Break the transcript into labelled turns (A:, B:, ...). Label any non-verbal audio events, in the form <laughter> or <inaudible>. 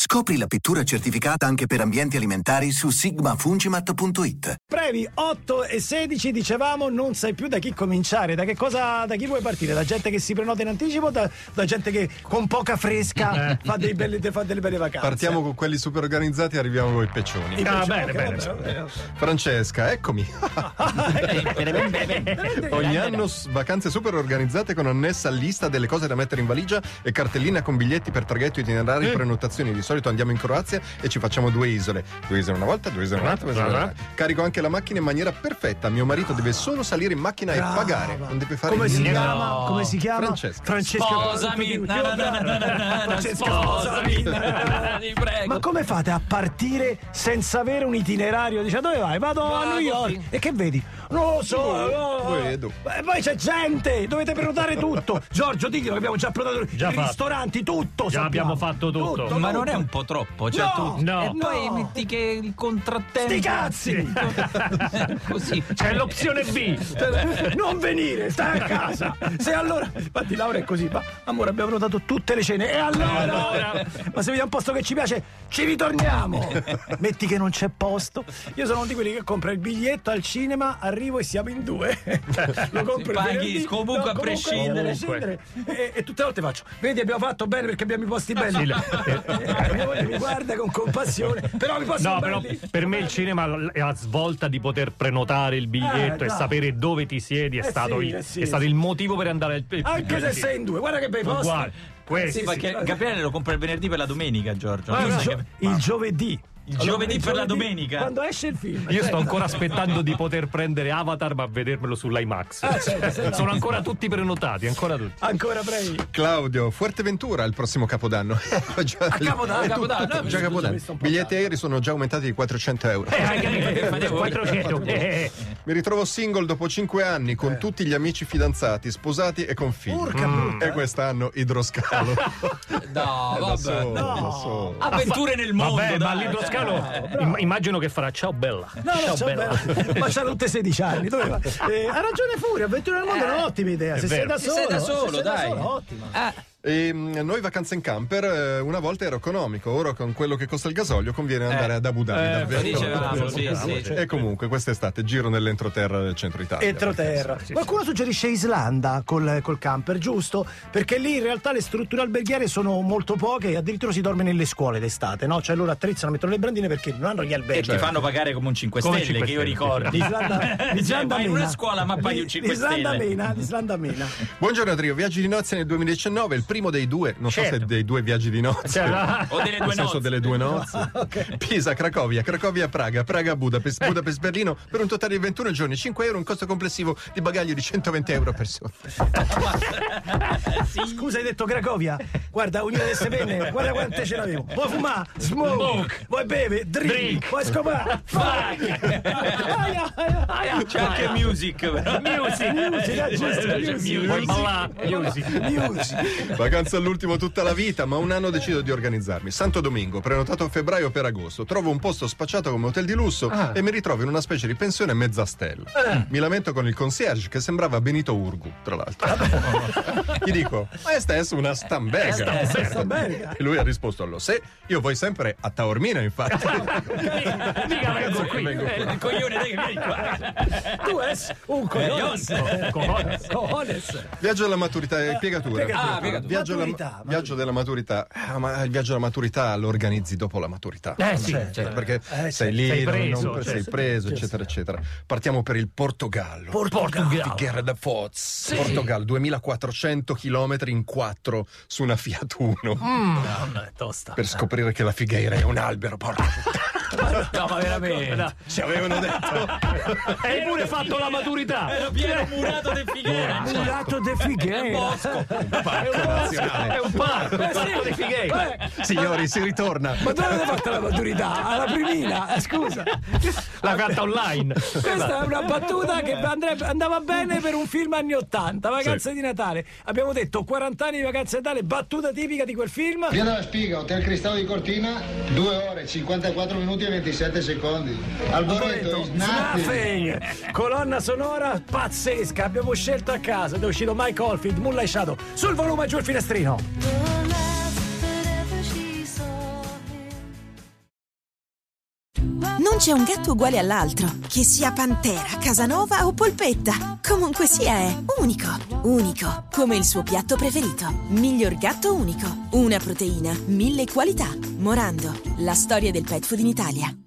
A: Scopri la pittura certificata anche per ambienti alimentari su sigmafungimat.it.
B: Premi 8 e 16, dicevamo, non sai più da chi cominciare, da che cosa, da chi vuoi partire? Da gente che si prenota in anticipo, da, da gente che con poca fresca fa, dei belli- fa delle belle vacanze.
C: Partiamo con quelli super organizzati e arriviamo con i
B: I
C: peccioni.
D: Ah,
B: piacciono,
D: bene,
B: ok,
D: bene,
B: vabbè,
D: bene.
B: vabbè. <laughs>
C: Francesca, eccomi. Ogni anno s- vacanze super organizzate con annessa lista delle cose da mettere in valigia e cartellina con biglietti per traghetto,
B: Eh.
C: itinerari, prenotazioni. Di solito andiamo in Croazia e ci facciamo due isole. Due isole una volta, due isole un'altra. due isole un'altra. Carico anche la macchina in maniera perfetta. Mio marito deve solo salire in macchina e
B: Brava.
C: pagare. Non deve fare
B: Come si
C: niente.
B: chiama? Come si chiama?
C: Francesca.
E: Sposami. Na, na, na, na, na, na,
B: Francesca,
E: sposami. <laughs> Ti prego.
B: Ma come fate a partire senza avere un itinerario? Dice dove vai? Vado a
E: Vado,
B: New York.
E: sì.
B: E che vedi? Non lo so. eh, no, no.
C: eh, vedo.
B: E poi c'è gente, dovete prenotare
C: <laughs>
B: tutto. Giorgio, diglielo che abbiamo già prenotato
D: Già
B: i
D: fatto.
B: ristoranti, tutto.
D: Già
B: sappiamo.
D: abbiamo fatto tutto.
E: Ma non è un po' troppo? Cioè,
B: No,
E: tu...
D: no.
E: E poi
B: No.
E: metti che il contrattempo.
B: Sti cazzi!
E: <laughs>
B: Cioè,
E: Così.
D: C'è l'opzione B.
B: non venire, stai a casa. Se allora. Infatti, Laura è così, ma amore, abbiamo prenotato tutte le cene. E allora?
D: Allora?
B: Ma se vediamo un posto che ci piace, ci ritorniamo. Metti che non c'è posto. Io sono uno di quelli che compra il biglietto al cinema, arrivo e siamo in due. Lo compro il
E: paghi
B: venerdì,
E: comunque a prescindere.
B: prescindere. E, e tutte le volte faccio, vedi, abbiamo fatto bene perché abbiamo i posti belli. <laughs> E mia moglie mi guarda con compassione, però mi posso
D: No, però per me il cinema è la svolta di poter prenotare il biglietto
B: Eh, dai.
D: e sapere dove ti siedi è,
B: Eh
D: stato,
B: sì,
D: il,
B: eh sì.
D: è stato il motivo per andare al eh, il-
B: Anche se
D: il-
B: sei in due, guarda che bei posti.
D: Uguale. Questo.
B: Sì,
E: Sì, perché
B: sì. Ah, Eh,
E: Gabriele lo compra il venerdì per la domenica, Giorgio.
B: Il,
E: Tu sai
B: gio-
E: che-
B: il giovedì.
E: Il giovedì per la domenica.
B: Quando esce il film.
D: Io sto
B: Aspetta.
D: ancora aspettando di poter prendere Avatar ma vedermelo sull'IMAX.
B: Ah, certo, certo.
D: Sono ancora tutti prenotati, ancora tutti.
B: <laughs> Ancora premi.
C: Claudio, Fuerteventura il prossimo capodanno. <laughs> già, a
B: Capodanno,
E: Capodanno, eh,
C: già
E: scusa,
C: capodanno.
B: questo è un po'
C: Biglietti aerei sono già aumentati di 400 euro.
D: Eh, anche lì,
E: che fate voi?
D: 400. eh, eh.
C: Mi ritrovo single dopo 5 anni con tutti gli amici fidanzati, sposati e con figli. Mm.
B: Porca brutta.
C: E quest'anno idroscalo.
E: No,
C: <laughs> Eh, da
E: Ah, vabbè.
C: solo, da solo.
E: Avventure nel mondo.
D: Vabbè, ma
E: dai. Eh.
D: l'idroscalo imm- immagino che farà ciao bella.
B: No, no, c'ha
D: <laughs>
B: bello. Ma c'hanno tutte 16 anni. Dove va? Eh, ha ragione Furia, avventura nel mondo è un'ottima idea. Se sei
D: vero.
B: da
E: Se
B: solo.
E: sei da
B: se
E: solo,
B: sei da
E: dai.
B: solo, ottima.
E: Ah,
C: E mm, noi vacanze in camper, eh, una volta ero economico, ora con quello che costa il gasolio conviene andare ad Abu Dhabi.
D: eh,
C: davvero.
E: lo dicevamo, diciamo, sì, sì.
C: E comunque quest'estate giro nell'entroterra del centro Italia.
B: Entroterra.
D: sì, sì.
B: Qualcuno suggerisce Islanda col, col camper, giusto? Perché lì in realtà le strutture alberghiere sono molto poche e addirittura si dorme nelle scuole d'estate, no? Cioè loro attrezzano, mettono le brandine perché non hanno gli
E: E
B: alberghi.
E: ti fanno pagare come un 5
D: Come
E: stelle,
D: cinque
E: che io
D: stelle, sì.
E: ricordo. <laughs>
B: L'Islanda,
E: Cioè,
B: l'Islanda
E: vai in una
B: mena.
E: scuola, ma paghi un 5
B: L'Islanda
E: stelle.
B: mena, l'Islanda mena.
C: Buongiorno Adrio, viaggi di nozze nel 2019, il primo dei due, non so
D: Certo.
C: se dei due viaggi di nozze.
D: Cioè, ah,
E: O delle
C: <laughs> Nel
E: due
C: senso
E: nozze.
C: delle due nozze. Pisa, Cracovia, Cracovia, Praga, Praga, Budapest, Budapest, Berlino, per un totale di 21 giorni, 5 euro, un costo complessivo di bagaglio di 120 euro a persona.
B: Scusa, hai detto Cracovia? Guarda, ognuna delle queste penne, guarda quante ce l'avevo. Vuoi fumare? Smoke. Vuoi bere? Drink.
D: Drink.
B: Vuoi scopare?
E: Fuck.
B: Aia, aia, aia.
E: C'è anche music, però.
D: Music,
B: Music, ah, giusto,
D: C'è
B: music.
D: music. Voilà, music.
B: Music.
C: Vacanza all'ultimo tutta la vita, ma un anno decido di organizzarmi. Santo Domingo, prenotato a febbraio per agosto. Trovo un posto spacciato come hotel di lusso e mi ritrovo in una specie di pensione a mezza stella. Mi lamento con il concierge che sembrava Benito Urgu, tra l'altro. Gli dico, ma è stesso una stambega.
B: stamberga.
C: E lui ha risposto allo se, io voi sempre a Taormina infatti.
D: Mica mica vengo qui.
C: Vengo
D: Eh,
E: Il coglione, dai, che vieni qua.
B: Tu es un cojones.
D: cojones.
B: Cojones.
C: Viaggio alla maturità, eh, piegatura.
B: piegatura.
E: Ah, piegatura.
C: Viaggio, alla-
B: Maturità, maturità.
C: viaggio della maturità. Ah, ma il viaggio alla maturità lo organizzi dopo la maturità.
D: Eh, sì,
C: Certo,
D: certo.
C: perché
B: certo.
C: sei lì,
D: Sei
C: non-
D: preso,
C: non-
D: certo.
C: sei
B: cioè,
C: preso, eccetera, eccetera. Partiamo per il Portogallo.
D: Portogallo.
C: Guerra da Foz, Portogallo, 2400 km in 4 su una Fiat Uno.
B: No, no, è tosta.
C: Per scoprire che la figheira è un albero, porca puttana.
D: <laughs>
E: No, ma veramente.
C: Ci avevano detto.
D: Hai pure fatto la maturità.
E: Era Piero Murato del Figuera.
B: Murato de Figuera.
E: Bosco.
C: Parco nazionale.
B: Eh,
D: È un parco, un parco di fighetti.
B: Vabbè,
C: Signori, si ritorna.
B: Eh. Ma dove avete fatto la maturità? Alla primina, eh, scusa.
D: L'ha fatta online.
B: Questa è una battuta che andrebbe- andava bene per un film anni 80, Vacanze di Natale. Abbiamo detto 40 anni di Vacanze di Natale, battuta tipica di quel film.
F: Via della Spiga, Hotel Cristallo di Cortina, 2 ore, 54 minuti e 27 secondi. Alboreto,
B: Arboreto,
F: Snaffing.
B: Snapping, colonna sonora pazzesca. Abbiamo scelto a caso ed è uscito Mike Oldfield, Moonlight Shadow. Sul volume giù il finestrino.
G: Non c'è un gatto uguale all'altro, che sia pantera, casanova o polpetta. Comunque sia è unico, unico, come il suo piatto preferito. Miglior gatto unico, una proteina, mille qualità. Morando, la storia del pet food in Italia.